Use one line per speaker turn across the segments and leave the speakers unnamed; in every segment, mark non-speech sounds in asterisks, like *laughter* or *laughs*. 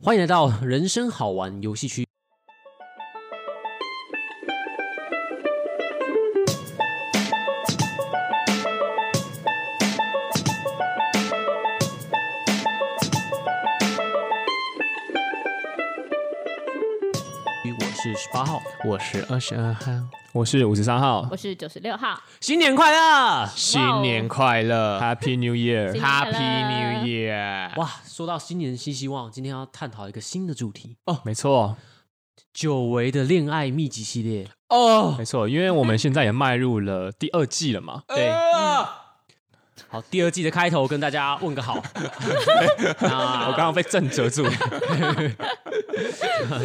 欢迎来到人生好玩游戏区。我是十八号，
我是二十二号，我是五十三号
我，是九十六号，
新年快乐！
新年快乐，Happy New
新年
Year，Happy
快乐
New Year。哇，
哇，说到新年新希望，今天要探讨一个新的主题
哦，没错，
——久违的恋爱秘籍系列。
哦，没错，因为我们现在也迈入了第二季了嘛， *laughs* 对，
好，第二季的开头跟大家问个好。
我
那
刚刚被震折 *laughs* 住。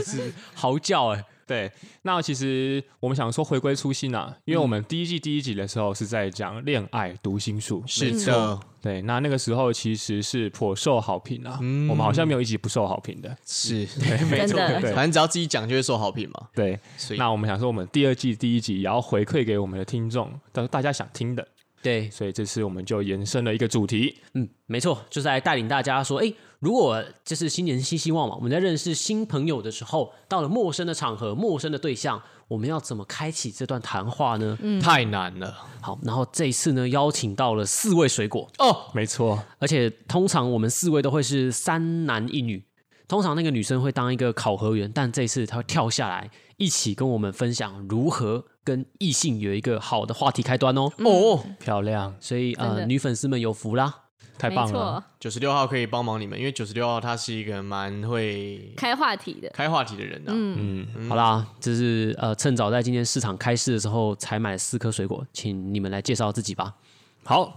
是嚎叫哎、
欸对，那其实我们想说回归初心啊，因为我们第一季第一集的时候是在讲恋爱读心术，
是的，
对，那那个时候其实是颇受好评啊，
嗯
我们好像没有一集不受好评的，
是，
对，没
真
*laughs*
错，
的
对
反正只要自己讲就会受好评嘛。
对。
所以
嗯那我们想说，我们第二季第一集也要回馈给我们的听众，大大家想听的，
对，
所以这次我们就延伸了一个主题。
嗯，没错，就是来带领大家说，哎，如果这是新年新希望嘛，我们在认识新朋友的时候，到了陌生的场合、陌生的对象，我们要怎么开启这段谈话呢？
嗯
太难了
好，然后这一次呢，邀请到了四位水果，
哦，
没错，
而且通常我们四位都会是三男一女。通常那个女生会当一个考核员，但这一次她会跳下来，一起跟我们分享如何跟异性有一个好的话题开端哦。
哦，
漂亮，
所以
嗯真
呃，
的
女粉丝们有福啦。
太
没
棒
错
了！，
九十六号可以帮忙你们，因为九十六号他是一个蛮会
开话题的， *laughs*
开话题的人呐、啊。
嗯，
好啦，就是呃，趁早在今天市场开市的时候才买四颗水果，请你们来介绍自己吧。
好，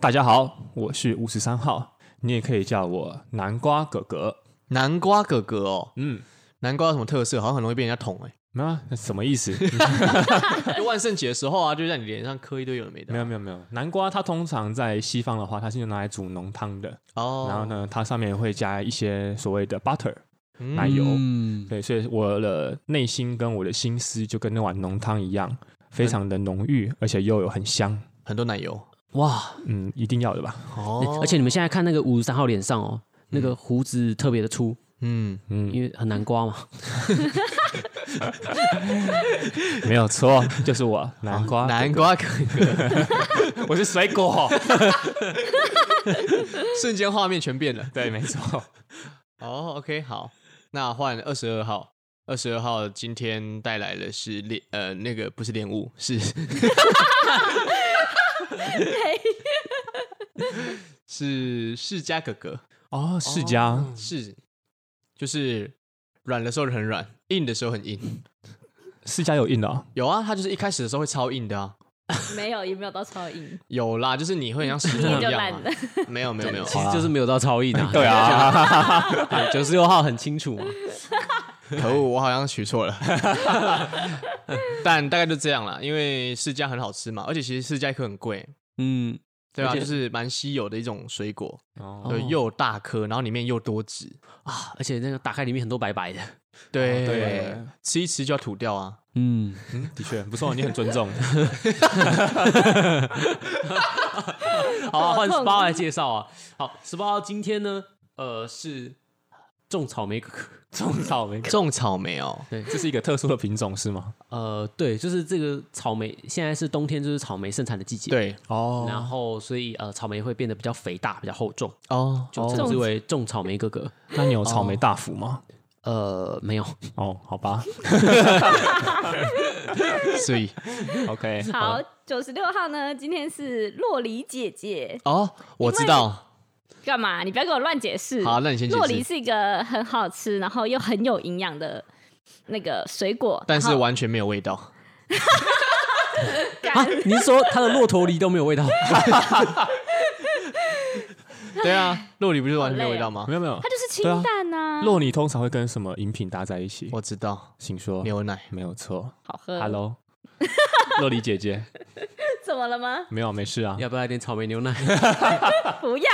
大家好，我是五十三号，你也可以叫我南瓜哥哥。
南瓜哥哥哦，
嗯，
南瓜有什么特色？好像很容易被人家捅哎、
没有啊，那什么意 *laughs* 思？
*laughs* 就万圣节的时候啊，就在你脸上磕一堆有的没的啊。
没有没有没有，南瓜它通常在西方的话，它是用拿来煮浓汤的，
哦，
然后呢，它上面会加一些所谓的 butter
嗯
奶油。
嗯，
对，所以我的内心跟我的心思就跟那碗浓汤一样，非常的浓郁，而且又有很香。
很多奶油
哇、
嗯，一定要的吧？
哦
而且你们现在看那个五十三号脸上哦，那个胡子特别的粗，
嗯，
因为很难刮嘛。
没有 *laughs* 错，就是我南瓜。
南瓜哥哥，
我是水果。
瞬间画面全变了。
*laughs* 对，没错。
哦，OK，好，那换二十二号。二十二号今天带来的是恋呃那个不是恋物是是世家哥哥
哦，世家、
是就是软的时候很软，硬的时候很硬。
世家有印的、哦，
有啊，他就是一开始的时候会超硬的啊。
没有也没有到超硬，
有啦，就是你会很
*laughs*
像石头
硬
一
就
样、
烂
啊 *laughs*
了。，
没有没有没有，啊
其实就是没有到超硬
*laughs*
啊。哎
对，啊，
*laughs* 九十六号很清楚嘛。
可恶，我好像取错了， *laughs* 但大概就这样啦。因为释迦很好吃嘛，而且其实释迦颗很贵，
嗯，
对啊，
而且
就是蛮稀有的一种水果，
哦，
对，又大颗，然后里面又多汁，
啊，而且那个打开里面很多白白的。
对
对
吃一吃就要吐掉啊。
嗯，
的确不错，你很尊 *laughs* 重。
*laughs* 好、啊，换十
好痛
八来介绍 *laughs* 啊。好，十八号今天呢，呃，是种草莓哥哥。
种草莓，
种草莓哦，
这是一个特殊的品种是吗？
*laughs* 呃，对，就是这个草莓，现在是冬天，就是草莓盛产的季节。，
对
哦，
然后所以呃，草莓会变得比较肥大，比较厚重，
哦，
就称之为种草莓哥哥。
那你有草莓大福吗？
呃，没有，
哦，好吧
所以
*laughs* ，OK，
好，九十六号呢，今天是洛梨姐姐，
哦，我知道，
干嘛？你不要给我乱解释。
好，那你先解
洛梨
释，
是一个很好吃，然后又很有营养的那个水果，
但是
然后
完全没有味道， *laughs*
啊
干，
你是啊说它的骆驼梨都没有味道？
对啊，洛里不是完全没有味道吗？
没有没有
它，就
对
是清
啊
淡呐，
洛你通常会跟什么饮品搭在一起？
我知道，
请说，
牛奶
没有错。
好喝。
Hello，洛丽姐姐，
*laughs* 怎么了吗？
没有没事啊。
*laughs* 要不要来点草莓牛奶？ *laughs*
不要，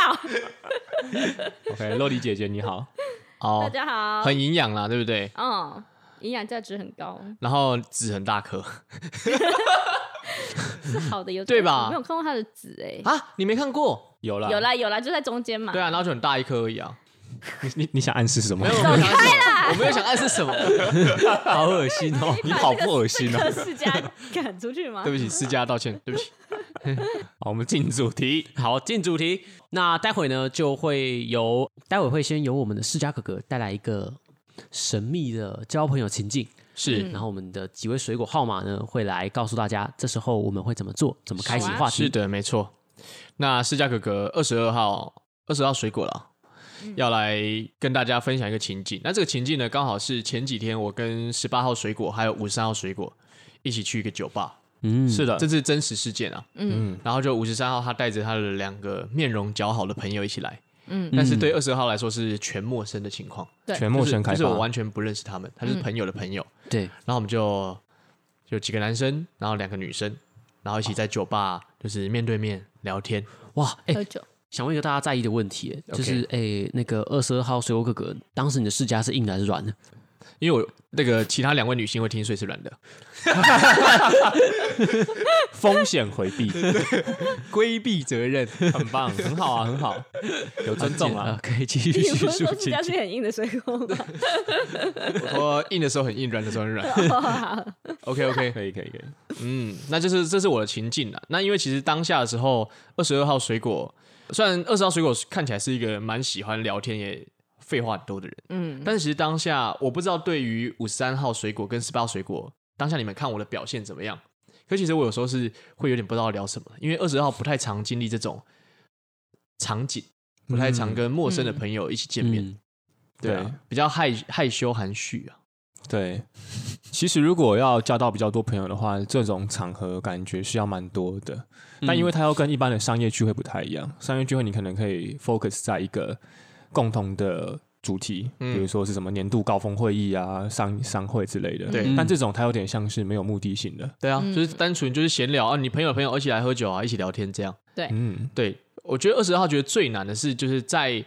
OK，洛丽姐姐你好，
大
哦，
家好。
很营养啦，对不对？
嗯，营养价值很高，
然后籽很大颗
是好的有
*laughs* 对吧
我没有看过它的籽哎。
啊，你没看过？
有啦
有啦有啦，就在中间嘛。
对啊，然后就很大一颗而已啊。
你你你想暗示什么
没？有，我没有想暗示什么我没有想 *laughs* 暗示什么。
好恶心哦！
你好不恶心
哎这
啊！
个世家赶出去吗
对？不起，私家道歉，对不起。
好，我们进主题。
好，进主题。那待会呢，就会由待会会先由我们的世家哥哥带来一个神秘的交朋友情境，
是
嗯
然后我们的几位水果号码呢会来告诉大家，这时候我们会怎么做，怎么开启
好啊
话题。
是的，没错。那世家哥哥二十二号，二十号水果了，要来跟大家分享一个情境。那这个情境呢，刚好是前几天我跟十八号水果还有五十三号水果一起去一个酒吧，
嗯，
是的，
这是真实事件啊。
嗯
然后就五十三号他带着他的两个面容姣好的朋友一起来，
嗯，
但是对二十号来说是全陌生的情况，
对
全陌生开
就是，就是我
发。
完全不认识他们，他就是朋友的朋友。
对，
然后我们就就几个男生，然后两个女生，然后一起在酒吧就是面对面聊天。
哇，哎、
喝酒，
想问一个大家在意的问题，
OK
就是哎、那个二十二号水果哥哥，当时你的世家是硬的还是软的？
因为我那个其他两位女性会听，所以是软的，
风险回 *laughs* 避，
规避责任。
很 *laughs* 棒，很好啊，很好，有尊重啊。
啊，可以继续
你
叙
不是
述
说世
情
家
境。
是很硬的水果吗？
我说硬的时候很硬，软的时候很软。OK OK，
可以可以可以，
嗯，那就是这是我的情境啊。那因为其实当下的时候，二十二号水果，虽然二十号水果看起来是一个蛮喜欢聊天也废话很多的人，
嗯，
但是其实当下我不知道对于五十三号水果跟十八号水果，当下你们看我的表现怎么样？可其实我有时候是会有点不知道聊什么，因为二十号不太常经历这种场景，不
嗯
太常跟陌生的朋友一起见面，
嗯，
对啊，比较害害羞含蓄啊。
对。其实如果要交到比较多朋友的话，这种场合感觉是要蛮多的。但因为它要跟一般的商业聚会不太一样，商业聚会你可能可以 focus 在一个共同的主题，
嗯
比如说是什么年度高峰会议啊、商商会之类的。
对
但这种它有点像是没有目的性的。
对啊，
嗯
就是单纯就是闲聊啊，你朋友的朋友一起来喝酒啊，一起聊天这样。
嗯，
对，我觉得二十号觉得最难的是，就是在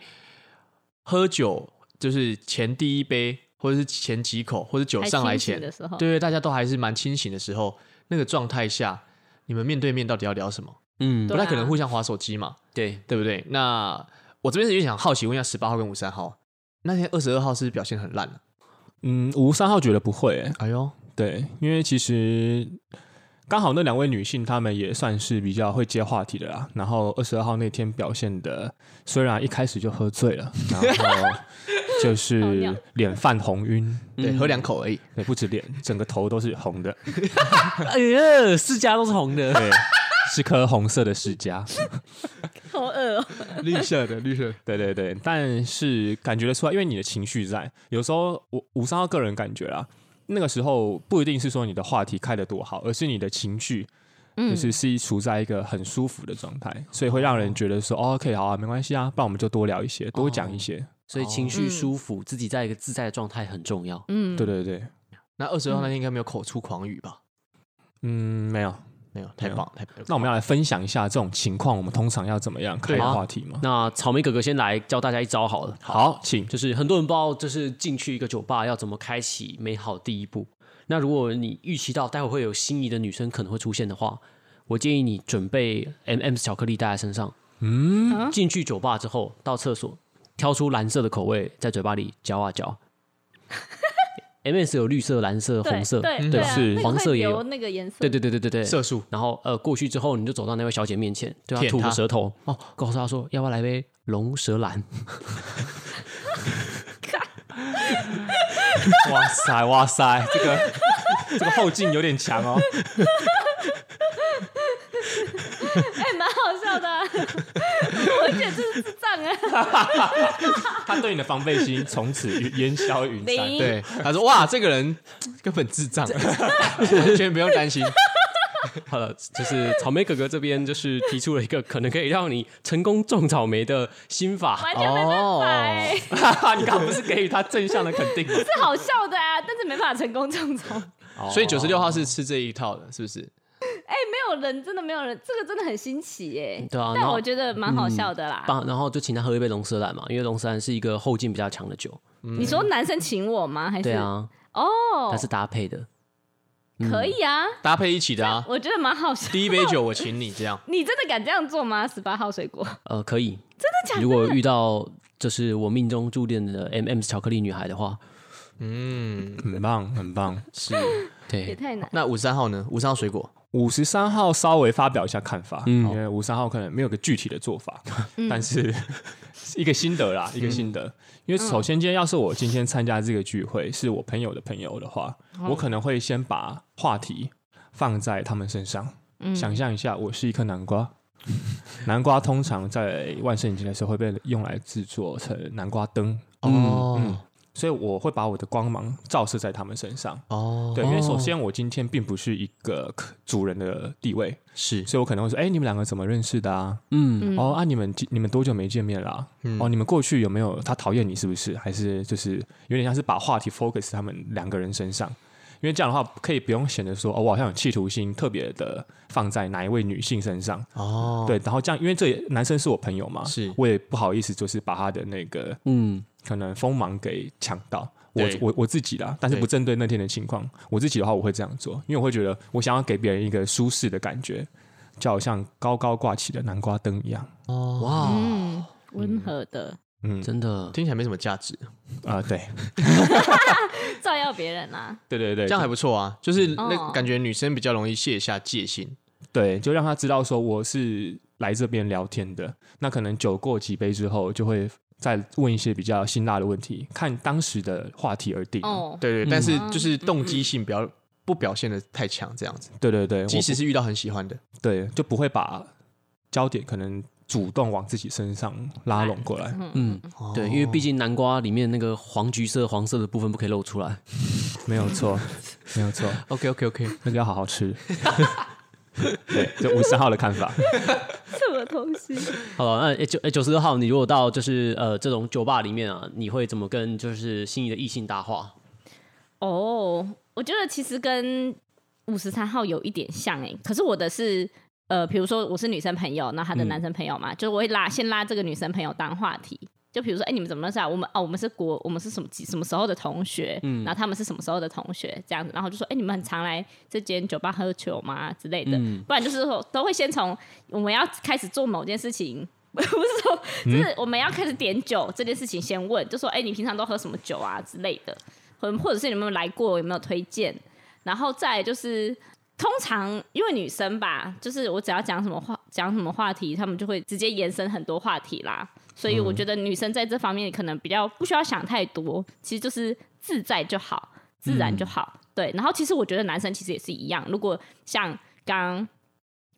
喝酒，就是前第一杯，或者是前几口，或者酒上来
还清
前
醒的时候，
对，大家都还是蛮清醒的时候，那个状态下，你们面对面到底要聊什么？
嗯，
不
对
太可能
啊
互相划手机嘛，
对，
对不对？那我这边是想好奇问一下十八号跟五三号，那天二十二号是不是表现很烂了？
嗯，吴三号觉得不会、欸
哎呦，
对，因为其实刚好那两位女性她们也算是比较会接话题的啦。然后二十二号那天表现的，虽然一开始就喝醉了，然后就
好尿
是脸泛红晕，
对，喝两口而已。
对，不止脸，整个头都是红的，
哎呀，世家都是红的，
对，是颗红色的世家。
好饿哦，
嗯绿色的，绿色。
对对对，但是感觉得出来，因为你的情绪在，有时候我五三号个人感觉啦，那个时候不一定是说你的话题开得多好，而是你的情绪，就是是处在一个很舒服的状态，所以会让人觉得说，哦，OK，好啊，没关系啊，不然我们就多聊一些，多讲一些。
所以情绪舒服，自己在一个自在的状态很重要。
嗯，
对对对，
那二十二号那天应该没有口出狂语吧？
嗯，没有。
没有，太
没有
棒，太棒。
那我们要来分享一下这种情况，我们通常要怎么样开
对啊
话题吗？
那草莓哥哥先来教大家一招好了，
好，请。
就是很多人不知道，就是进去一个酒吧要怎么开启美好第一步。那如果你预期到待会会有心仪的女生可能会出现的话，我建议你准备 M M 巧克力带在身上。嗯，进去酒吧之后到厕所挑出蓝色的口味，在嘴巴里嚼啊
*laughs*
嚼。M S 有绿色、蓝色、
对
红色，
对
吧
啊
是
那个
黄
会
色也
留
有
那个颜色，
对对对对对对，
色素
然后呃过去之后，你就走到那位小姐面前，对她啊
舔
吐个
她
舌头，
哦
告诉她说要不要来杯龙舌兰。
哇塞，哇塞，这个这个后劲有点强哦。
哎，蛮好笑的啊，我觉得这是智障啊，
他对你的防备心从此 *laughs* 云烟消云散。
零
对，他说哇，这个人根本智障，完全不用担心。
*laughs* 好了，就是草莓哥哥这边就是提出了一个可能可以让你成功种草莓的心法，
*laughs*
哦
完全没办法哎，
*laughs*
你刚刚不是给予他正向的肯定吗？
是好笑的啊，但是没办法成功种草。
哦
所以九十六号是吃这一套的，是不是？
没有人，真的没有人，这个真的很新奇耶。
对啊然
但
后
我觉得蛮好笑的啦。
帮然后就请他喝一杯龙舌兰嘛，因为龙舌兰是一个后劲比较强的酒，
你说男生请我吗？还是
对啊，
哦
它，是搭配的。
可以啊，
搭配一起的啊。
我觉得蛮好笑。
第一杯酒我请你，这样
你真的敢这样做吗？十八号水果，
呃，可以。
真的假
如
的？
果遇到这是我命中注定的 M M 巧克力女孩的话，
嗯，
很棒，很棒。
是。
对
也，太难。
那五十三号呢？五十三号水果，
五十三号稍微发表一下看法，
嗯
因为五十三号可能没有个具体的做法，
嗯
但是 *laughs* 一个心得啦，一个心得。因
嗯
为首先，今天要是我今天参加这个聚会，是我朋友的朋友的话，
哦
我可能会先把话题放在他们身上，
嗯
想象一下，我是一颗南瓜。 *laughs* 南瓜通常在万圣节的时候会被用来制作成南瓜灯，
哦、
所以我会把我的光芒照射在他们身上。
哦，
对，因为首先我今天并不是一个主人的地位，
是
所以我可能会说，哎、你们两个怎么认识的啊？
嗯，
嗯
哦啊，你们你们多久没见面啦、
嗯
哦，你们过去有没有他讨厌你是不是？还是就是有点像是把话题 focus 他们两个人身上，因为这样的话可以不用显得说哦，我好像有企图心特别的放在哪一位女性身上。
哦，
对，然后这样，因为这也男生是我朋友嘛，
是
我也不好意思，就是把他的那个
嗯，
可能锋芒给抢到。我
对
我我自己啦，但是
对
不针对那天的情况，我自己的话我会这样做，因为我会觉得我想要给别人一个舒适的感觉，就好像高高挂起的南瓜灯一样。
*laughs* 哦，
哇，
嗯，温和的
嗯
真的，
听起来没什么价值，
啊、对
嗯
照耀别人啊，
对对对，
这样还不错啊，就是那
哦
感觉女生比较容易卸下戒心，
对，就让他知道说我是来这边聊天的。那可能酒过几杯之后，就会再问一些比较辛辣的问题，看当时的话题而定。
哦，
对对，但是就是
嗯
动机性不要不表现的太强，这样子，
对对对，我
即使
不
是遇到很喜欢的，
对就不会把焦点可能主动往自己身上拉拢过来。
嗯，
哦
对，因为毕
竟
竟南瓜里面那个黄橘色、黄色的部分不可以露出来。
没有 *laughs* 错，没有错，
OK OK OK，
那个要好好 *laughs* 吃。对，就五十号的看法。
什么东西？
*laughs* 好了，那诶九哎诶九十六号，你如果到就是呃这种酒吧里面啊，你会怎么跟就是心仪的异性搭话？ *laughs*
哦，我觉得其实跟五十三号有一点像哎、可是我的是。呃，比如说我是女生朋友，那她的男生朋友嘛，就是我会拉先拉这个女生朋友当话题，就比如说，哎、你们怎么认识啊？我们哦，我们是国，我们是什么几什么时候的同学？然后他们是什么时候的同学？这样子，然后就说，哎、你们很常来这间酒吧喝酒吗？之类的，不然就是说都会先从我们要开始做某件事情。 *laughs* 不是说，就是我们要开始点酒这件事情，先问，就说，哎、你平常都喝什么酒啊之类的，或或者是你们有没有来过，有没有推荐？然后再来就是，通常因为女生吧，就是我只要讲什么话，讲什么话题，他们就会直接延伸很多话题啦。所以我觉得女生在这方面可能比较不需要想太多，其实就是自在就好，自然就
嗯
好。对，然后其实我觉得男生其实也是一样，如果像刚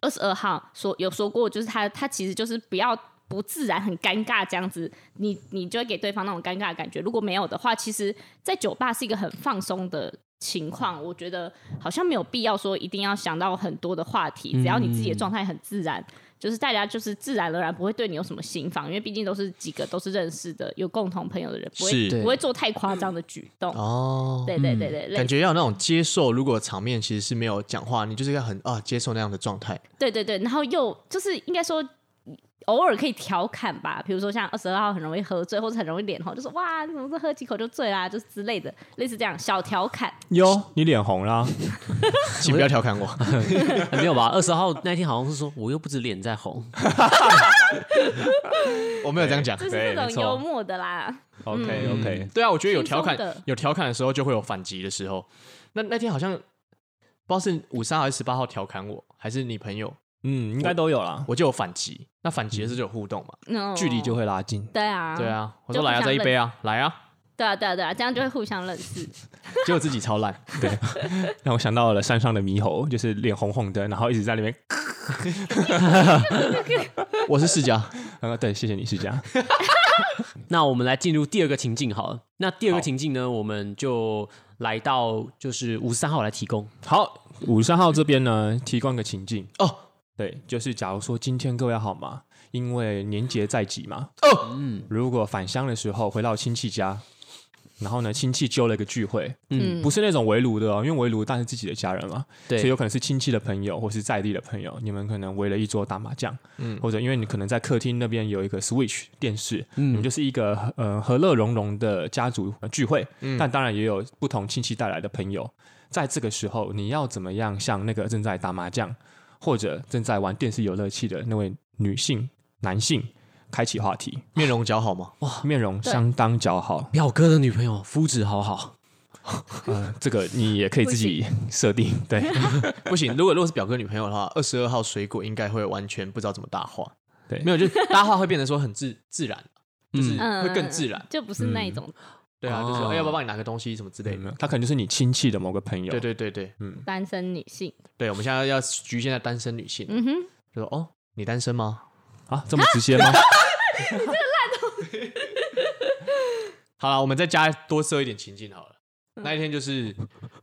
二十二号说有说过，就是他他其实就是不要不自然、很尴尬这样子，你你就会给对方那种尴尬的感觉。如果没有的话，其实，在酒吧是一个很放松的情况，我觉得好像没有必要说一定要想到很多的话题，只要你
嗯
自己的状态很自然。就是大家就是自然而然不会对你有什么心防，因为毕竟都是几个都是认识的、有共同朋友的人，不会
是
对
不会做太夸张的举动。
哦，
对对
嗯
对对，类
感觉要有那种接受，如果场面其实是没有讲话，你就是要很啊接受那样的状态，
对对对，然后又就是应该说。偶尔可以调侃吧，比如说像二十二号很容易喝醉，或者很容易脸红，就说哇，你怎么这喝几口就醉啦，就是之类的，类似这样小调侃。
哟，你脸红啦？
请不要调侃我。
哎没有吧？二十号那天好像是说，我又不止脸在红， *laughs*
我没有这样讲。
就是
对
那
没错嗯
种幽默的啦。
OK OK，、
对啊，我觉得有调侃
轻松的，
有调侃的时候就会有反击的时候。那那天好像不知道是五三还是十八号调侃我，还是你朋友，
嗯，应该都有啦，
我就有反击。那反击的时候就有互动嘛？
嗯，
距离就会拉近。
对啊，
对，啊，我说
就互
来啊，
相
再一杯啊，来啊，
对啊，对啊，对啊，这样就会互相认识。
结果自己超烂。
让我想到了山上的猕猴，就是脸红红的，然后一直在那边。
我是世家，
呃，对，谢谢你，是这样。
那我们来进入第二个情境好了。那第二个
好
情境呢，我们就来到就是五十三号来提供。
好，五十三号这边呢，提供一个情境
哦。
对，就是假如说今天各位好吗？因为年节在即嘛，
哦
嗯，如果返乡的时候回到亲戚家，然后呢，亲戚揪了一个聚会，
嗯，
不是那种围炉的哦，因为围炉但是自己的家人嘛，所以
对
有，可能是亲戚的朋友或是在地的朋友，你们可能围了一桌打麻将，嗯，或者因为你可能在客厅那边有一个 Switch 电视，你们就是一个呃和乐融融的家族聚会，但当然也有不同亲戚带来的朋友，在这个时候你要怎么样向那个正在打麻将或者正在玩电视游乐器的那位女性、男性开启话题，
面容姣好吗？
面容
对
相当姣好。
表哥的女朋友肤质好好，
呃，这个你也可以自己设定，对，
不行，如果如果是表哥女朋友的话，二十二号水果应该会完全不知道怎么搭话。
对
没有，就搭话会变得说很自自然，就是
嗯
嗯，
会更自然。
就不是
嗯
那一种
对啊，
哦
就是、哎要不要帮你拿个东西什么之类的。
他可能就是你亲戚的某个朋友，嗯
对对对对
单身女性。
对，我们现在要局限在单身女性，
嗯哼，
就说哦，你单身吗？
啊，这么直 *laughs* 接吗？
好了，我们再加多设一点情境好了。那一天就是，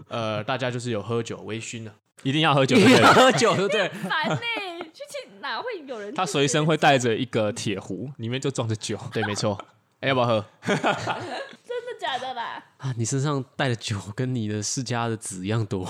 呃，大家就是有喝酒微醺了，
一定要喝酒，对不对
喝酒 *laughs* 对不对？
烦呢，去去哪会有人？
他随身会带着一个铁壶，里面就装着酒。
对，没错。 *laughs* 哎、要不要喝？
真的假的啦？
啊，你身上带的酒跟你的世家的子一样多，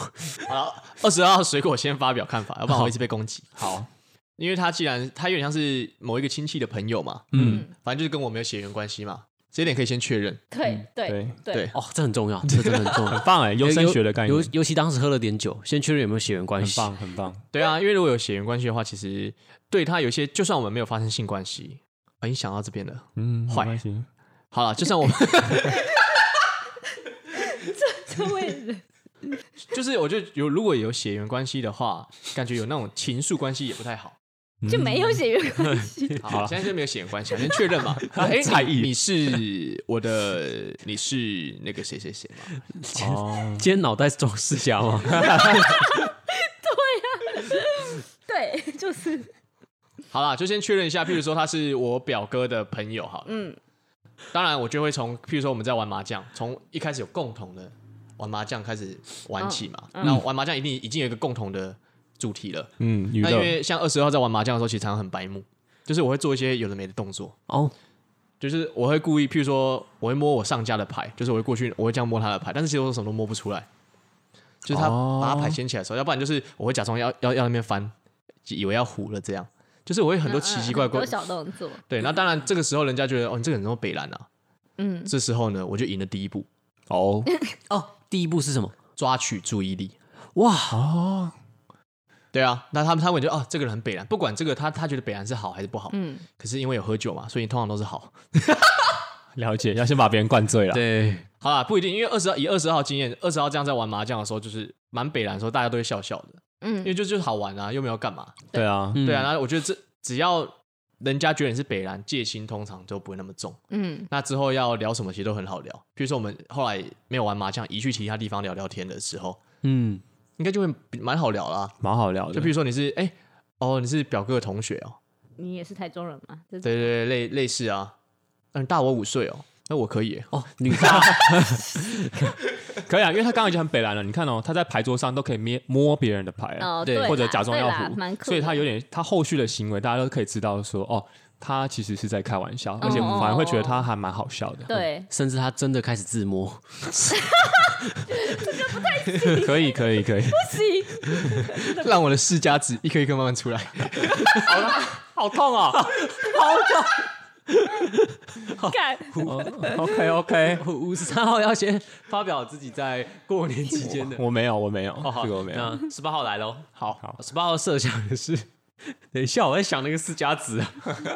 好，二十二号水果先发表看法，要不然我一直被攻击。
好，
*laughs* 因为他既然他有点像是某一个亲戚的朋友嘛，
嗯，
反正就是跟我没有血缘关系嘛，这一点可以先确认。
对对
嗯对
对
对，
哦，这很重要，这真的很重
很
要。
棒哎，优生学的概念
尤，尤其当时喝了点酒，先确认有没有血缘关
很
系。
棒，很棒。
对啊，因为如果有血缘关系的话，其实对他有一些，就算我们没有发生性关系，啊，已经想到这边了。
*laughs* 嗯，
坏
没关系
好了，就算我们
这位人
就是，我就有如果有血缘关系的话，感觉有那种情愫关系也不太好。
嗯
就没有血缘关系。
好了，现在就没有血缘关系，先确认嘛。 *laughs* 哎，你你是我的，你是那个谁谁谁嘛？
哦，
今天脑袋装世家吗？
*laughs*
对，就是
好啦，就先确认一下。譬如说他是我表哥的朋友，好了，
嗯，
当然我就会从譬如说我们在玩麻将，从一开始有共同的玩麻将开始玩起嘛。那、玩麻将一定已经有一个共同的主题了。
嗯，娱
那因
乐
为像二十号在玩麻将的时候，其实常常很白目，就是我会做一些有的没的动作，
哦，
就是我会故意，譬如说我会摸我上家的牌，就是我会过去，我会这样摸他的牌，但是其实我什么都摸不出来，就是他
哦
把他牌掀起来的时候，要不然就是我会假装要要要那边翻，以为要胡了这样，就是我会很多奇奇怪怪
很多。小动作。
对，那当然这个时候人家觉得哦，你这个人怎么北蓝啊？
嗯，
这时候呢，我就赢了第一步，
哦
哦，第一步是什么？
抓取注意力。
哇，
*laughs* 哦，
对啊，那他们他们就哦，这个人很北蓝，不管这个他他觉得北蓝是好还是不好，
嗯，
可是因为有喝酒嘛，所以通常都是好。
了解，要先把别人灌醉了。
对，
啊好啦，不一定，因为二十以二十号经验，二十号这样在玩麻将的时候，就是蛮北蓝的时候，大家都会笑笑的，因
嗯，
为就就是好玩啊，又没有干嘛。
对啊，
嗯
对啊，，那我觉得这只要人家觉得你是北蓝，戒心通常就不会那么重。
嗯，
那之后要聊什么，其实都很好聊。比如说我们后来没有玩麻将，移去其他地方聊聊天的时候，
嗯，
应该就会蛮好聊啦。
蛮好聊的。
就比如说你是哎、哦，你是表哥的同学哦，
你也是台中人嘛？这
对对对，类类似啊，嗯，大我五岁哦，那我可以耶。
哦，女大 *laughs*
可以啊，因为他刚刚已经很北蓝了。你看哦，他在牌桌上都可以捏摸别人的牌了，
哦，
对
啦
或者假装要
对啦蛮
胡，
酷的，
所以他有点他后续的行为，大家都可以知道说哦，他其实是在开玩笑，而且我
哦
们反而会觉得他还蛮好笑的。
对，
甚至她真的开始自摸，
可以，可以，可以。
行，
让我的世家子一颗一颗慢慢出来。
好痛哦！
干
OK OK，
五十三号要先发表自己在过年期间
*laughs*
的。
*laughs* 我没有，我没有，
哦好
这个我没有。
那十八号来喽，
好，
十八号设想的是， *laughs* 等一下我在想那个四家子啊，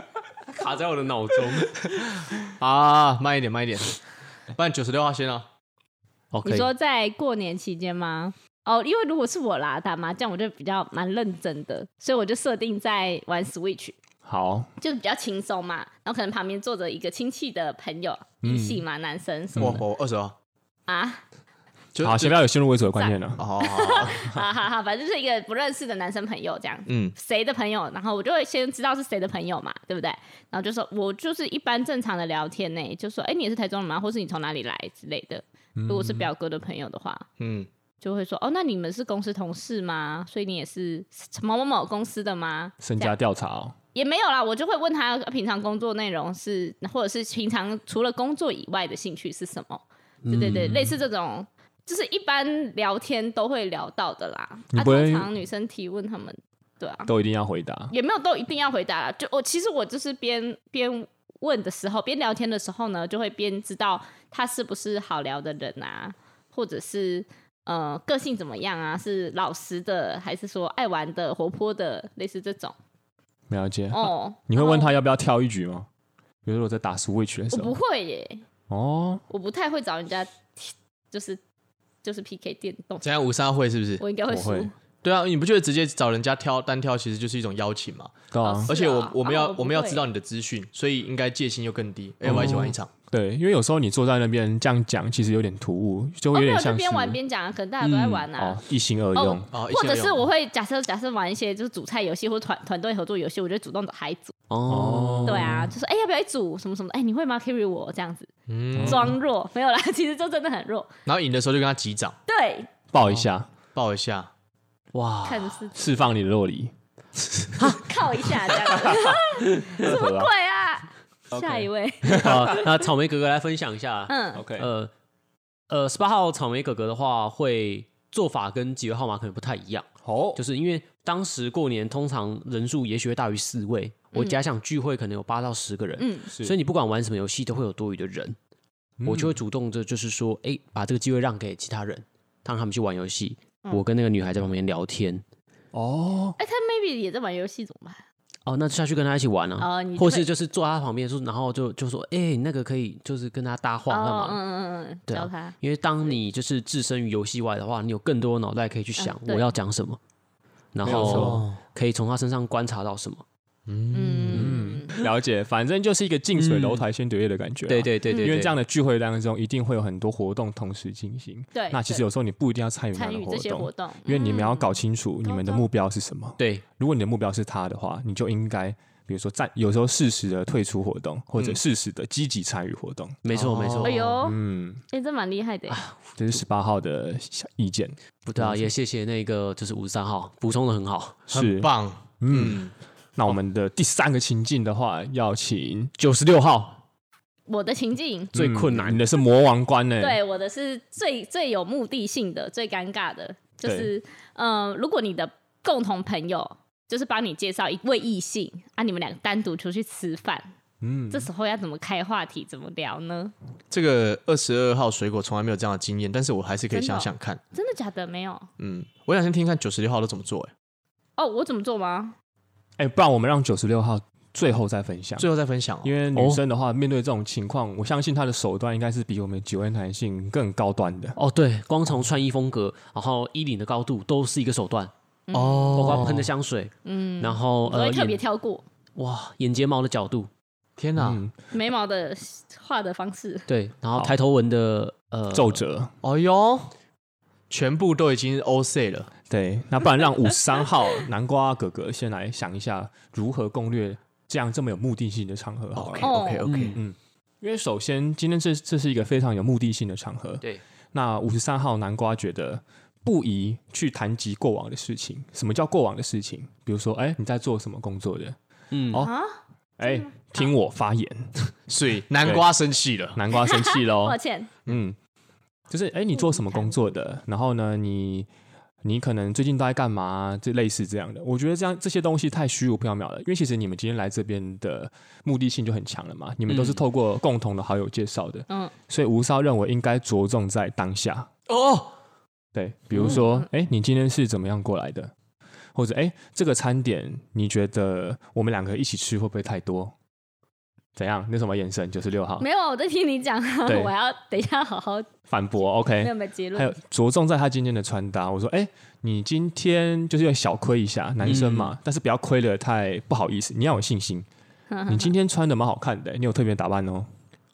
*laughs* 卡在我的
*laughs*
脑中。
啊，慢一点，慢一点，不然九十六号先啊。
哦，
你
可以，
说在过年期间吗？哦，因为如果是我啦，打麻将我就比较蛮认真的，所以我就设定在玩 Switch，
好，
就是比较轻松嘛。然后可能旁边坐着一个亲戚的朋友，一系嘛，男生什
我
么的
我二十号，
啊，
就
好，
就
先不要有先入为主的观念了。
好好 *laughs* 好，好
好好好，反正就是一个不认识的男生朋友这样子。
嗯，
谁的朋友，然后我就会先知道是谁的朋友嘛，对不对？然后就说，我就是一般正常的聊天呢、就说，哎、你也是台中人吗？或是你从哪里来之类的。如果是表哥的朋友的话，
嗯，
就会说，哦，那你们是公司同事吗？所以你也是某某某公司的吗？
身家调查哦，
也没有啦，我就会问他平常工作内容是，或者是平常除了工作以外的兴趣是什么？对对
嗯
对，类似这种，就是一般聊天都会聊到的啦。
你
啊，
不会
通常女生提问他们，对啊，
都一定要回答。
也没有都一定要回答啦。就我其实我就是边边问的时候，边聊天的时候呢，就会边知道他是不是好聊的人啊，或者是呃个性怎么样啊，是老实的还是说爱玩的、活泼的，类似这种
了解。
哦。
你会问他要不要跳一局吗？比如说我在打 Switch 的
我
时候，
不会耶，
哦，
我不太会找人家，就是就是 PK 电动，
怎样？五三会是不是？
我应该会
我
输。
会
对啊，你不觉得直接找人家挑单挑其实就是一种邀请吗？
对啊
哦是
而且我
啊
我们要、
啊我不
我们要
会
知道你的资讯，所以应该戒心又更低。哎、我们一起玩一场，
对，因为有时候你坐在那边这样讲，其实有点突兀，就
哦，
会有
没
点
有，
像
就是边玩边讲啊，可能大家都在玩啊。
哦，一心二用
哦。
哦一
或
起
者
来
是
用
我会假设假设玩一些就是主菜游戏或团团队合作游戏，我就主动找他一组。
哦，
对啊，就说哎、要不要一组什么什么？哎、你会吗？carry 我这样子
嗯，
装弱没有啦，其实就真的很弱。
然后赢的时候就跟他击掌
对，
抱一下，
抱一下，
哇，
看是
释放你的肉里。
靠一下这样子，什么鬼啊？下一位，
好，那草莓哥哥来分享一下。
嗯，
OK，
呃呃，十八号草莓哥哥的话，会做法跟几个号码可能不太一样，
好
就是因为当时过年通常人数也许会大于四位，我假想聚会可能有八到十个人，
嗯
是
所以你不管玩什么游戏都会有多余的人，
嗯
我就会主动的，就是说，哎、把这个机会让给其他人，让他们去玩游戏，
嗯
我跟那个女孩在旁边聊天。
哦，
哎、他 maybe 也在玩游戏，怎么办？
哦，那下去跟他一起玩啊，
哦你就
或
会
是就是坐在他旁边，就是然后就就说，哎、那个可以，就是跟他搭话干嘛
哦，
的
嗯嗯嗯嗯，
对啊
教他。
因为当你就是置身于游戏外的话，你有更多的脑袋可以去想
嗯对
我要讲什么，然
没有
后
哦
错
可以从他身上观察到什么。
嗯，
了解，反正就是一个近水楼台先得月的感觉啊。
嗯对对对对，
因为
对
这样的聚会当中，一定会有很多活动同时进行。
对
那其实
对
有时候你不一定要参与那
参
样
与
的
这些活
动，
动，
因为你们要
嗯
搞清楚你们的目标是什么。
对
如果你的目标是他的话，你就应该比如说暂有时候适时的退出活动，或者
嗯
适时的积极参与活动。
没错没错
哦
哎，呦，
嗯，啊
哎，这蛮厉害的耶。
这是十八号的小意见，
不对啊，也谢谢那个就是五十三号补充的很好，
是
很。棒。嗯，
那我们的第三个情境的话，要请
九十六号
我的情境，
最困
嗯
难
你的是魔王关呢、
对，我的是最最有目的性的、最尴尬的，就是嗯、呃如果你的共同朋友就是帮你介绍一位异性啊，你们两个单独出去吃饭，
嗯
这，时候要怎么开话题，怎么聊呢？
这个二十二号水果从来没有这样的经验，但是我还是可以
真的哦
想想看。
真的假的？没有
嗯，我想先听看九十六号都怎么做、哎，
哦，我怎么做吗？
哎、不然我们让九十六号最后再分享。
最后再分享哦、
因为女生的话，面对这种情况，我相信她的手段应该是比我们九位男性更高端的。
哦。对，光从穿衣风格，然后衣领的高度都是一个手段，
哦，
包括喷的香水，嗯，然后
我会
呃
特别
眼
挑过
哇眼睫毛的角度，
天哪、
嗯，
眉毛的画的方式，
对，然后抬头纹的呃
皱褶。
哎呦，全部都已经 O C 了，
对，那不然让五十三号南瓜哥哥先来想一下如何攻略这样这么有目的性的场合好了。
OK OK，
嗯
因为首先，今天这这是一个非常有目的性的场合。
对，
那五十三号南瓜觉得不宜去谈及过往的事情。什么叫过往的事情？比如说，哎、你在做什么工作的？
嗯
哦
啊，
哎、听我发言。
所以南瓜生气了，
南瓜生气喽
*laughs* 抱。歉，
嗯，就是哎、你做什么工作的？然后呢，你你可能最近都在干嘛啊？这类似这样的，我觉得这样这些东西太虚无缥缈了。因为其实你们今天来这边的目的性就很强了嘛，你们都是透过共同的好友介绍的，
嗯，
所以吴少认为应该着重在当下。
哦，
对，比如说，哎、你今天是怎么样过来的？或者，哎、这个餐点你觉得我们两个一起吃会不会太多？怎样？那什么眼神？九十六号
没有，我在听你讲啊，
哦对
我要等一下好好
反驳，OK？
没有没有结
还有
论，
着重在他今天的穿搭。我说，哎、你今天就是要小亏一下，男生嘛，但是不要亏的太不好意思，你要有信心。
嗯
你今天穿的蛮好看的、你有特别打扮哦。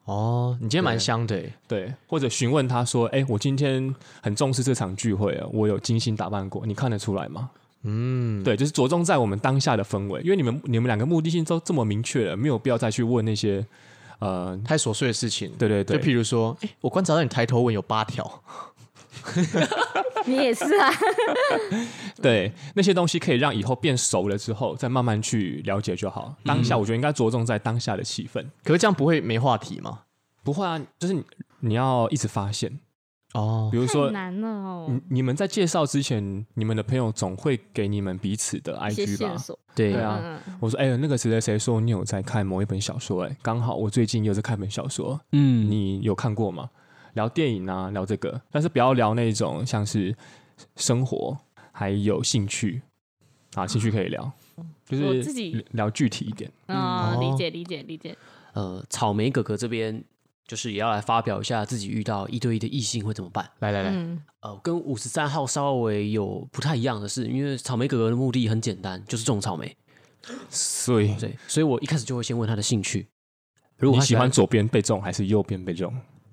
哦，你今天蛮香的、哎
对，或者询问他说，哎、我今天很重视这场聚会、哦，我有精心打扮过，你看得出来吗？
嗯，
对，就是着重在我们当下的氛围，因为你们你们两个目的性都这么明确了，没有必要再去问那些呃，
太琐碎的事情，
对对
就
对，
譬如说，哎、我观察到你抬头纹有八条， *laughs*
*laughs* 你也是啊，
对那些东西可以让以后变熟了之后再慢慢去了解就好。当下我觉得应该着重在当下的气氛，
可是这样不会没话题吗？
不会啊，就是你你要一直发现，
哦
比，如
太
说。嗯
难了哦，
你你们在介绍之前，你们的朋友总会给你们彼此的
一些
IG 吧
线？索，
对
对啊，
嗯，
我说，哎、那个谁谁谁说你有在看某一本小说、哎，刚好我最近又在看本小说，
嗯
你有看过吗？聊电影啊，聊这个，但是不要聊那种像是生活还有兴趣啊，兴趣可以聊，就
我
是
自己
聊聊具体一点。
嗯，
哦
理解理解理解，
呃，草莓哥哥这边就是也要来发表一下自己遇到一对一的异性会怎么办。
来来来，
嗯，
呃，跟五十三号稍微有不太一样的是，因为草莓哥哥的目的很简单，就是种草莓，
所以
对，所以我一开始就会先问他的兴趣。如果
你
他
喜欢左边被中还是右边被中？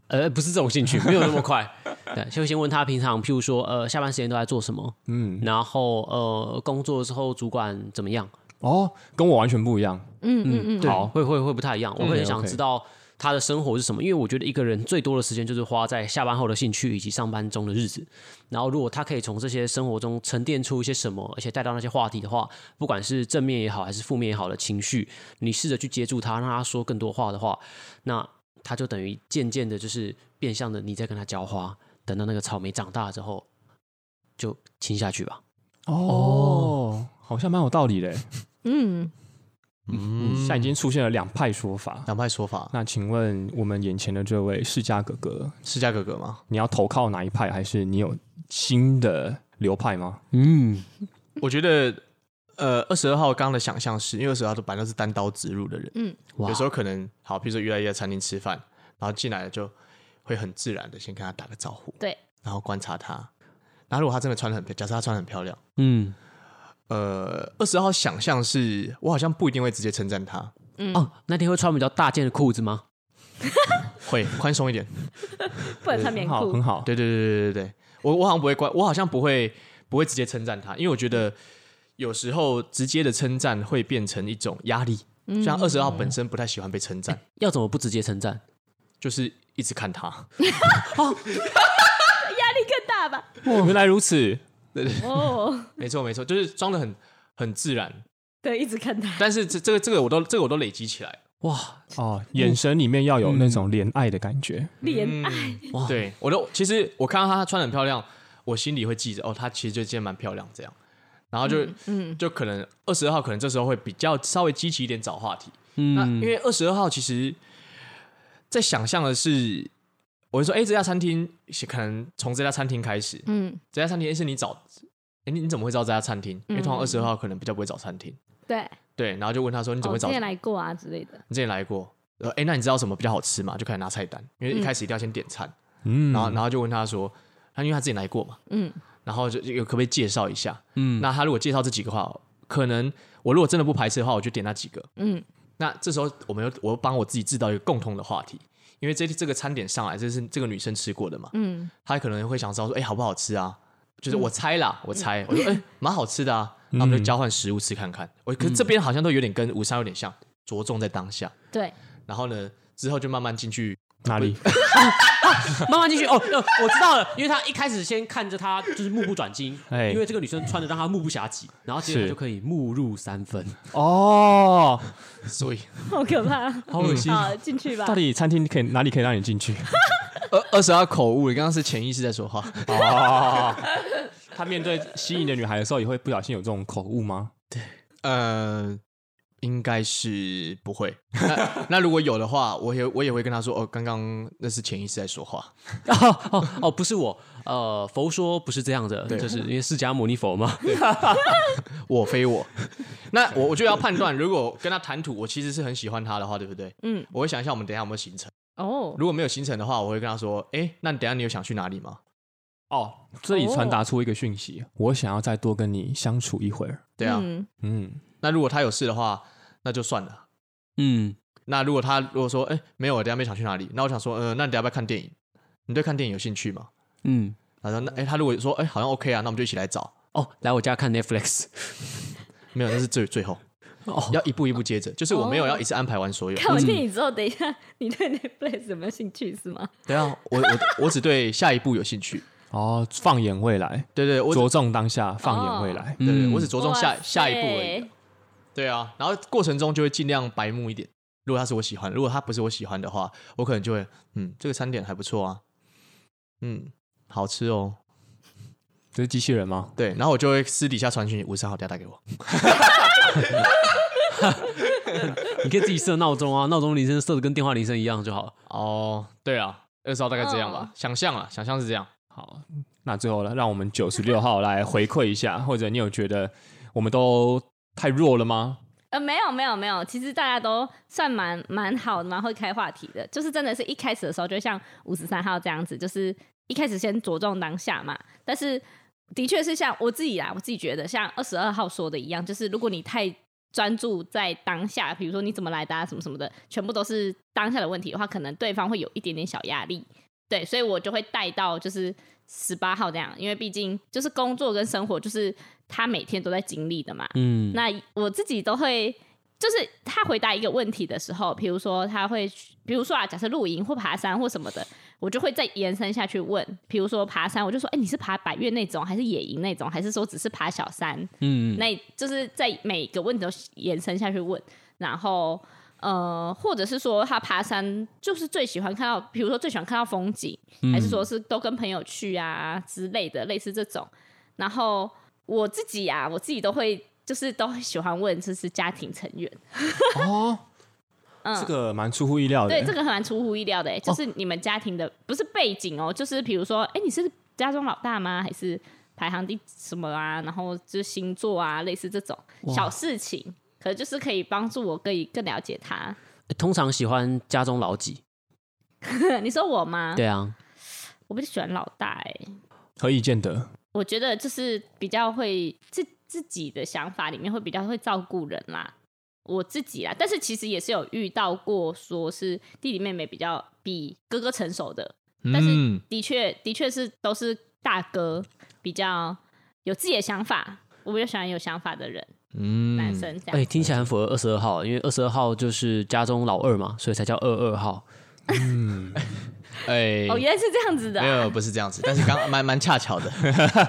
呃，不是这种兴趣，没有那么快。对，就先问他平常，譬如说，呃，下班时间都在做什么，
嗯，
然后呃，工作之后主管怎么样？
哦，跟我完全不一样。
嗯嗯嗯，
对，嗯会会会不太一样。我会很想
OK
知道他的生活是什么，因为我觉得一个人最多的时间就是花在下班后的兴趣以及上班中的日子。然后，如果他可以从这些生活中沉淀出一些什么，而且带到那些话题的话，不管是正面也好，还是负面也好的情绪，你试着去接住他，让他说更多话的话，那他就等于渐渐的，就是变相的你在跟他浇花。等到那个草莓长大之后，就亲下去吧。
哦，好像蛮有道理的。
嗯，
嗯，
嗯
现在已经出现了两派说法。
两派说法，
那请问我们眼前的这位世家哥哥，
世家哥哥吗？
你要投靠哪一派，还是你有新的流派吗？
嗯，
我觉得，呃，二十二号刚刚的想象是，因为二十二号本来都是单刀直入的人，
嗯
哇
有时候可能好，比如说约在一家餐厅吃饭，然后进来了就会很自然的先跟他打个招呼，
对，
然后观察他。然后如果他真的穿的很漂，假设他穿的很漂亮，
嗯，
呃，二十号想象是我好像不一定会直接称赞他，
哦，那天会穿比较大件的裤子吗？
会宽松一点。
不能穿棉
很好，很
裤，
好。
对对对对对对，我我好像不会关，我好像不会不会直接称赞他，因为我觉得有时候直接的称赞会变成一种压力。像二十号本身不太喜欢被称赞，
*laughs* 要怎么不直接称赞？
就是一直看他。
压力哎更大吧？
哦原来如此。
哦，
没错没错，就是装的很很自然，
对，一直看他，
但是这这个这个我都这个我都累积起来了。
哇，
哦，嗯眼神里面要有那种怜爱的感觉。
脸爱，
哇
对我都其实我看到她穿得很漂亮，我心里会记着哦，她其实就今天蛮漂亮这样。然后就、
嗯，
就可能二十二号可能这时候会比较稍微积极一点找话题。
嗯
那因为二十二号其实，在想象的是，我会说，哎、这家餐厅可能从这家餐厅开始，
嗯，
这家餐厅诶是你找，哎、你你怎么会知道这家餐厅？因为通常
嗯
二十二号可能比较不会找餐厅，
对，
对，然后就问他说，你怎么
我
会
之
找？
前来过啊之类的，
你之前来过？呃，哎、那你知道什么比较好吃吗？就开始拿菜单，因为一开始一定要先点餐，
嗯，
然后然后就问他说，他因为他自己来过嘛，
嗯，
然后就就有可不可以介绍一下？
嗯，
那他如果介绍这几个话，可能我如果真的不排斥的话，我就点那几个。
嗯，
那这时候我们又我又帮我自己制造一个共同的话题，因为这这个餐点上来，这是这个女生吃过的嘛，
嗯，
她可能会想知道说，哎、好不好吃啊？就是我猜啦，我猜，我说，哎、蛮好吃的啊。那我们就交换食物吃看看。我可是这边好像都有点跟吴三有点像，着重在当下。
对，
然后呢，之后就慢慢进去，
哪里？
慢慢进去哦、呃我知道了，因为他一开始先看着他就是目不转睛，
哎
因为这个女生穿的让他目不暇接，然后接着他
是
就可以目入三分，
哦，
*laughs* 所以
好可怕，
好恶 *laughs* 心。
好，进去吧
*laughs* 到，底餐厅可以哪里可以让你进去？
二二十二口误，你刚刚是潜意识在说话。
哦，他面对心仪的女孩的时候，也会不小心有这种口误吗？
呃，应该是不会。那那如果有的话，我也我也会跟他说，哦，刚刚那是潜意识在说话。
哦哦哦，不是我，呃，佛说不是这样的，就是因为释迦牟尼佛嘛。
我非 *laughs* 我，那我我就要判断，如果跟他谈吐，我其实是很喜欢他的话，对不对？
嗯，
我会想一下，我们等一下有没有行程。
哦，
如果没有行程的话，我会跟他说，哎，那你等一下你有想去哪里吗？
哦，这里传达出一个讯息，我想要再多跟你相处一会儿。
对啊，
嗯
嗯，
那如果他有事的话，那就算了。
嗯，
那如果他如果说，哎，没有，我等一下没想去哪里，那我想说，呃，那你等一下要不要看电影？你对看电影有兴趣吗？
嗯，
他说，那哎，他如果说，哎，好像 OK 啊，那我们就一起来找。
哦，来我家看 Netflix。
没有，那是最最后。
哦
要一步一步接着，就是我没有要一次安排完所有。
看完电影之后，等一下，你对 Netflix 有没有兴趣是吗？
等一下，啊我我我只对下一步有兴趣。
哦，放眼未来，
对对，我只
着重当下，放眼未来。
对对，
嗯
我只着重
哇
下
塞
下一步而已。对啊，然后过程中就会尽量白目一点。如果他是我喜欢的，如果他不是我喜欢的话，我可能就会，嗯，这个餐点还不错啊，嗯，好吃哦。
这是机器人吗？
对，然后我就会私底下传讯，五十号等一下打给我。
你可以自己设闹钟啊，闹钟铃声设的跟电话铃声一样就好了。
哦，对啊，二十号大概这样吧
哦，
想象啊，想象是这样。
好，那最后了，让我们 *laughs* 九十六号来回馈一下，或者你有觉得我们都太弱了吗？
呃，没有没有没有，其实大家都算蛮蛮好的，蛮会开话题的。就是真的是一开始的时候，就像五十三号这样子，就是一开始先着重当下嘛。但是的确是像我自己啦，我自己觉得像二十二号说的一样，就是如果你太专注在当下，比如说你怎么来的、啊、什么什么的，全部都是当下的问题的话，可能对方会有一点点小压力。对，所以我就会带到就是十八号这样，因为毕竟就是工作跟生活，就是他每天都在经历的嘛。
嗯，
那我自己都会，就是他回答一个问题的时候，比如说他会，比如说啊，假设露营或爬山或什么的，我就会再延伸下去问，比如说爬山，我就说，哎、你是爬百越那种，还是野营那种，还是说只是爬小山？
嗯，
那就是在每个问题都延伸下去问，然后呃，或者是说他爬山就是最喜欢看到，比如说最喜欢看到风景，还是说是都跟朋友去啊之类的，类似这种。然后我自己啊，我自己都会就是都会喜欢问，就是家庭成员，
哦，这个蛮出乎意料的。
对，这个还蛮出乎意料的欸，就是你们家庭的、不是背景哦，就是比如说，哎，你是家中老大吗？还是排行第什么啊？然后就是星座啊，类似这种小事情，可能就是可以帮助我更更了解他。 *laughs*
欸通常喜欢家中老几？
你说我吗？
对啊，
我不是喜欢老大哎、
何以见得？
我觉得就是比较会自自己的想法里面会比较会照顾人啦，我自己啦。但是其实也是有遇到过，说是弟弟妹妹比较比哥哥成熟的，但是
嗯，
的确的确是都是大哥比较有自己的想法，我比较喜欢有想法的人，
嗯
男生这
哎、
样。
听起来很符合二十二号，因为二十二号就是家中老二嘛，所以才叫二二号。
哎、
哦，原来是这样子的
没
啊、
有不是这样子，但是刚蛮蛮恰巧的，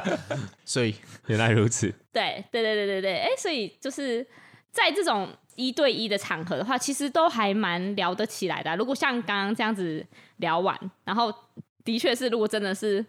*laughs* 所以
原来如此，
对对对对对对，哎、所以就是在这种一对一的场合的话，其实都还蛮聊得起来的啊、如果像刚刚这样子聊完，然后的确是，如果真的是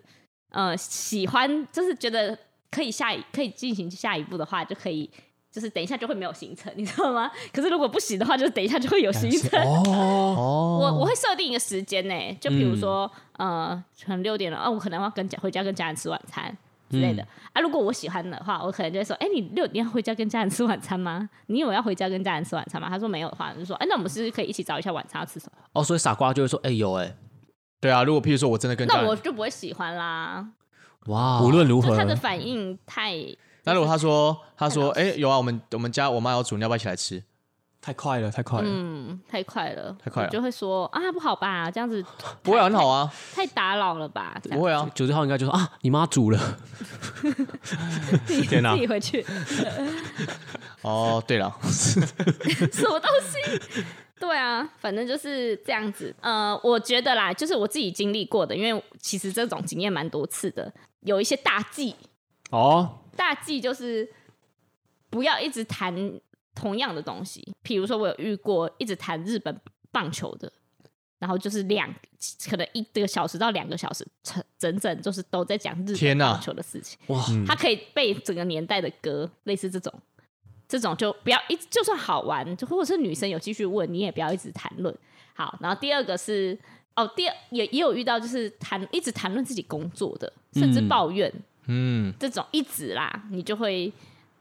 呃喜欢，就是觉得可以下一可以进行下一步的话，就可以。就是等一下就会没有行程，你知道吗？可是如果不行的话，就是等一下就会有行程。
哦，嗯
我我会设定一个时间呢、就比如说、呃，可能六点了，哦、我可能要跟家回家跟家人吃晚餐之类的、
嗯
啊。如果我喜欢的话，我可能就会说，哎、你六点要回家跟家人吃晚餐吗？你有要回家跟家人吃晚餐吗？他说没有的话，我就说，哎、那我们是不是可以一起找一下晚餐要吃什么？
哦，所以傻瓜就会说：“哎、有哎、
对啊，如果譬如说我真的跟家
那
人
我就不会喜欢啦，
哇，
无论如
就
何
他，的反应太
那如果他说他说
太
哎、有啊，我们我们家我妈要煮，你要不要一起
*laughs*
来吃？
太快了，太快了。
嗯太快了，
太快了
我就会说啊不好吧，这样子
不会啊很
*laughs*
好啊，
太打扰了吧，这样 *laughs*
不会啊，
九十号应该就说啊，你妈煮了，
自己
天
啊
哪
自己回去
哦，对了，
*laughs* 什么东西？对啊，反正就是这样子。呃，我觉得啦，就是我自己经历过的，因为其实这种经验蛮多次的。有一些大忌，
哦，
大忌就是不要一直谈同样的东西。比如说，我有遇过一直谈日本棒球的，然后就是两可能一个小时到两个小时，整整整就是都在讲日
天
本
哪
棒球的事情。
哇，
嗯
它可以背整个年代的歌，类似这种，这种就不要一直就算好玩，就或者是女生有继续问，你也不要一直谈论。好，然后第二个是哦，第二也也有遇到就是谈一直谈论自己工作的，甚至
嗯
抱怨、
嗯，
这种一直啦，你就会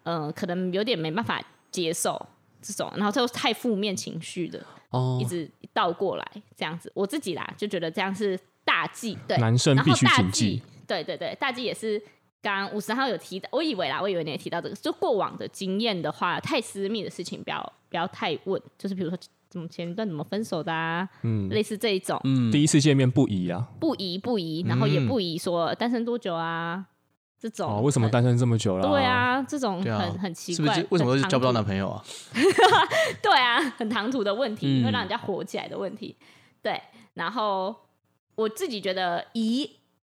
呃可能有点没办法接受这种，然后就太负面情绪的，
哦
一，直倒过来这样子。我自己啦就觉得这样是大忌，对，
男生
然
必
后
须
大
谨
忌
记。
对对对，大忌也是刚刚五十号有提到，我以为啦，我以为你也提到这个，就过往的经验的话，太私密的事情不要不要太问，就是比如说怎么前一段怎么分手的啊，嗯，类似这一种，
第一次见面不宜啊。
不宜不宜，然后也不宜说单身多久啊，这种
嗯哦，为什么
很
单身这么久了？
对，啊，这种
对
很、
啊
很奇
是不
怪，
是为什么都是
很
交不
唐
到
突
男朋友啊？
*laughs* 对啊，很唐突的问题，
嗯
会让人家火起来的问题。对，然后我自己觉得以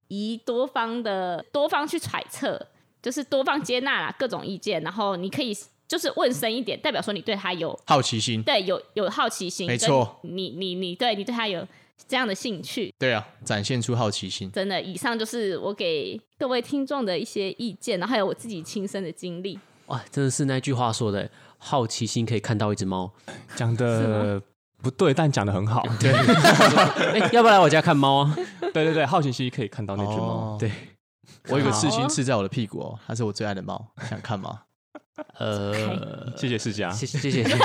以多方的多方去揣测，就是多方接纳啦各种意见，然后你可以就是问深一点，代表说你对他有
好奇心，
对有有好奇心，
没错，
你你你对你对他有这样的兴趣。
对啊，展现出好奇心，
真的，以上就是我给各位听众的一些意见，然后还有我自己亲身的经历。 *laughs*
哇，真的是那句话说的欸、好奇心可以看到一只猫。
讲的不对，但讲的很好。对
哎、要不要来我家看猫啊？
对对对，好奇心可以看到那只猫。
哦
对，
啊我有个刺青刺在我的屁股哦，它是我最爱的猫，想看吗？
呃，
谢谢世家，
谢谢谢谢。谢谢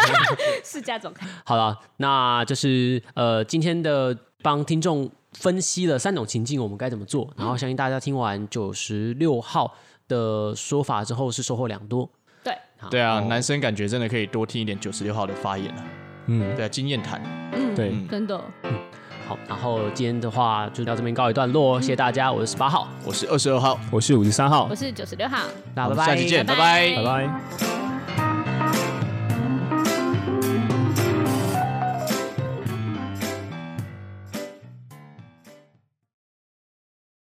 是家总开
好了，那就是呃，今天的帮听众分析了三种情境，我们该怎么做。然后相信大家听完九十六号的说法之后是收获良多。
对，
好
对啊，男生感觉真的可以多听一点九十六号的发言啊，
嗯，
对啊，经验谈。
嗯，
对，
真的，
好，然后今天的话就到这边告一段落，哦谢谢大家，我是十八号，
我是二十二号，
我是五十三号
我，是九十六号，
大家拜
我们
拜，
下期见，拜
拜拜
拜拜。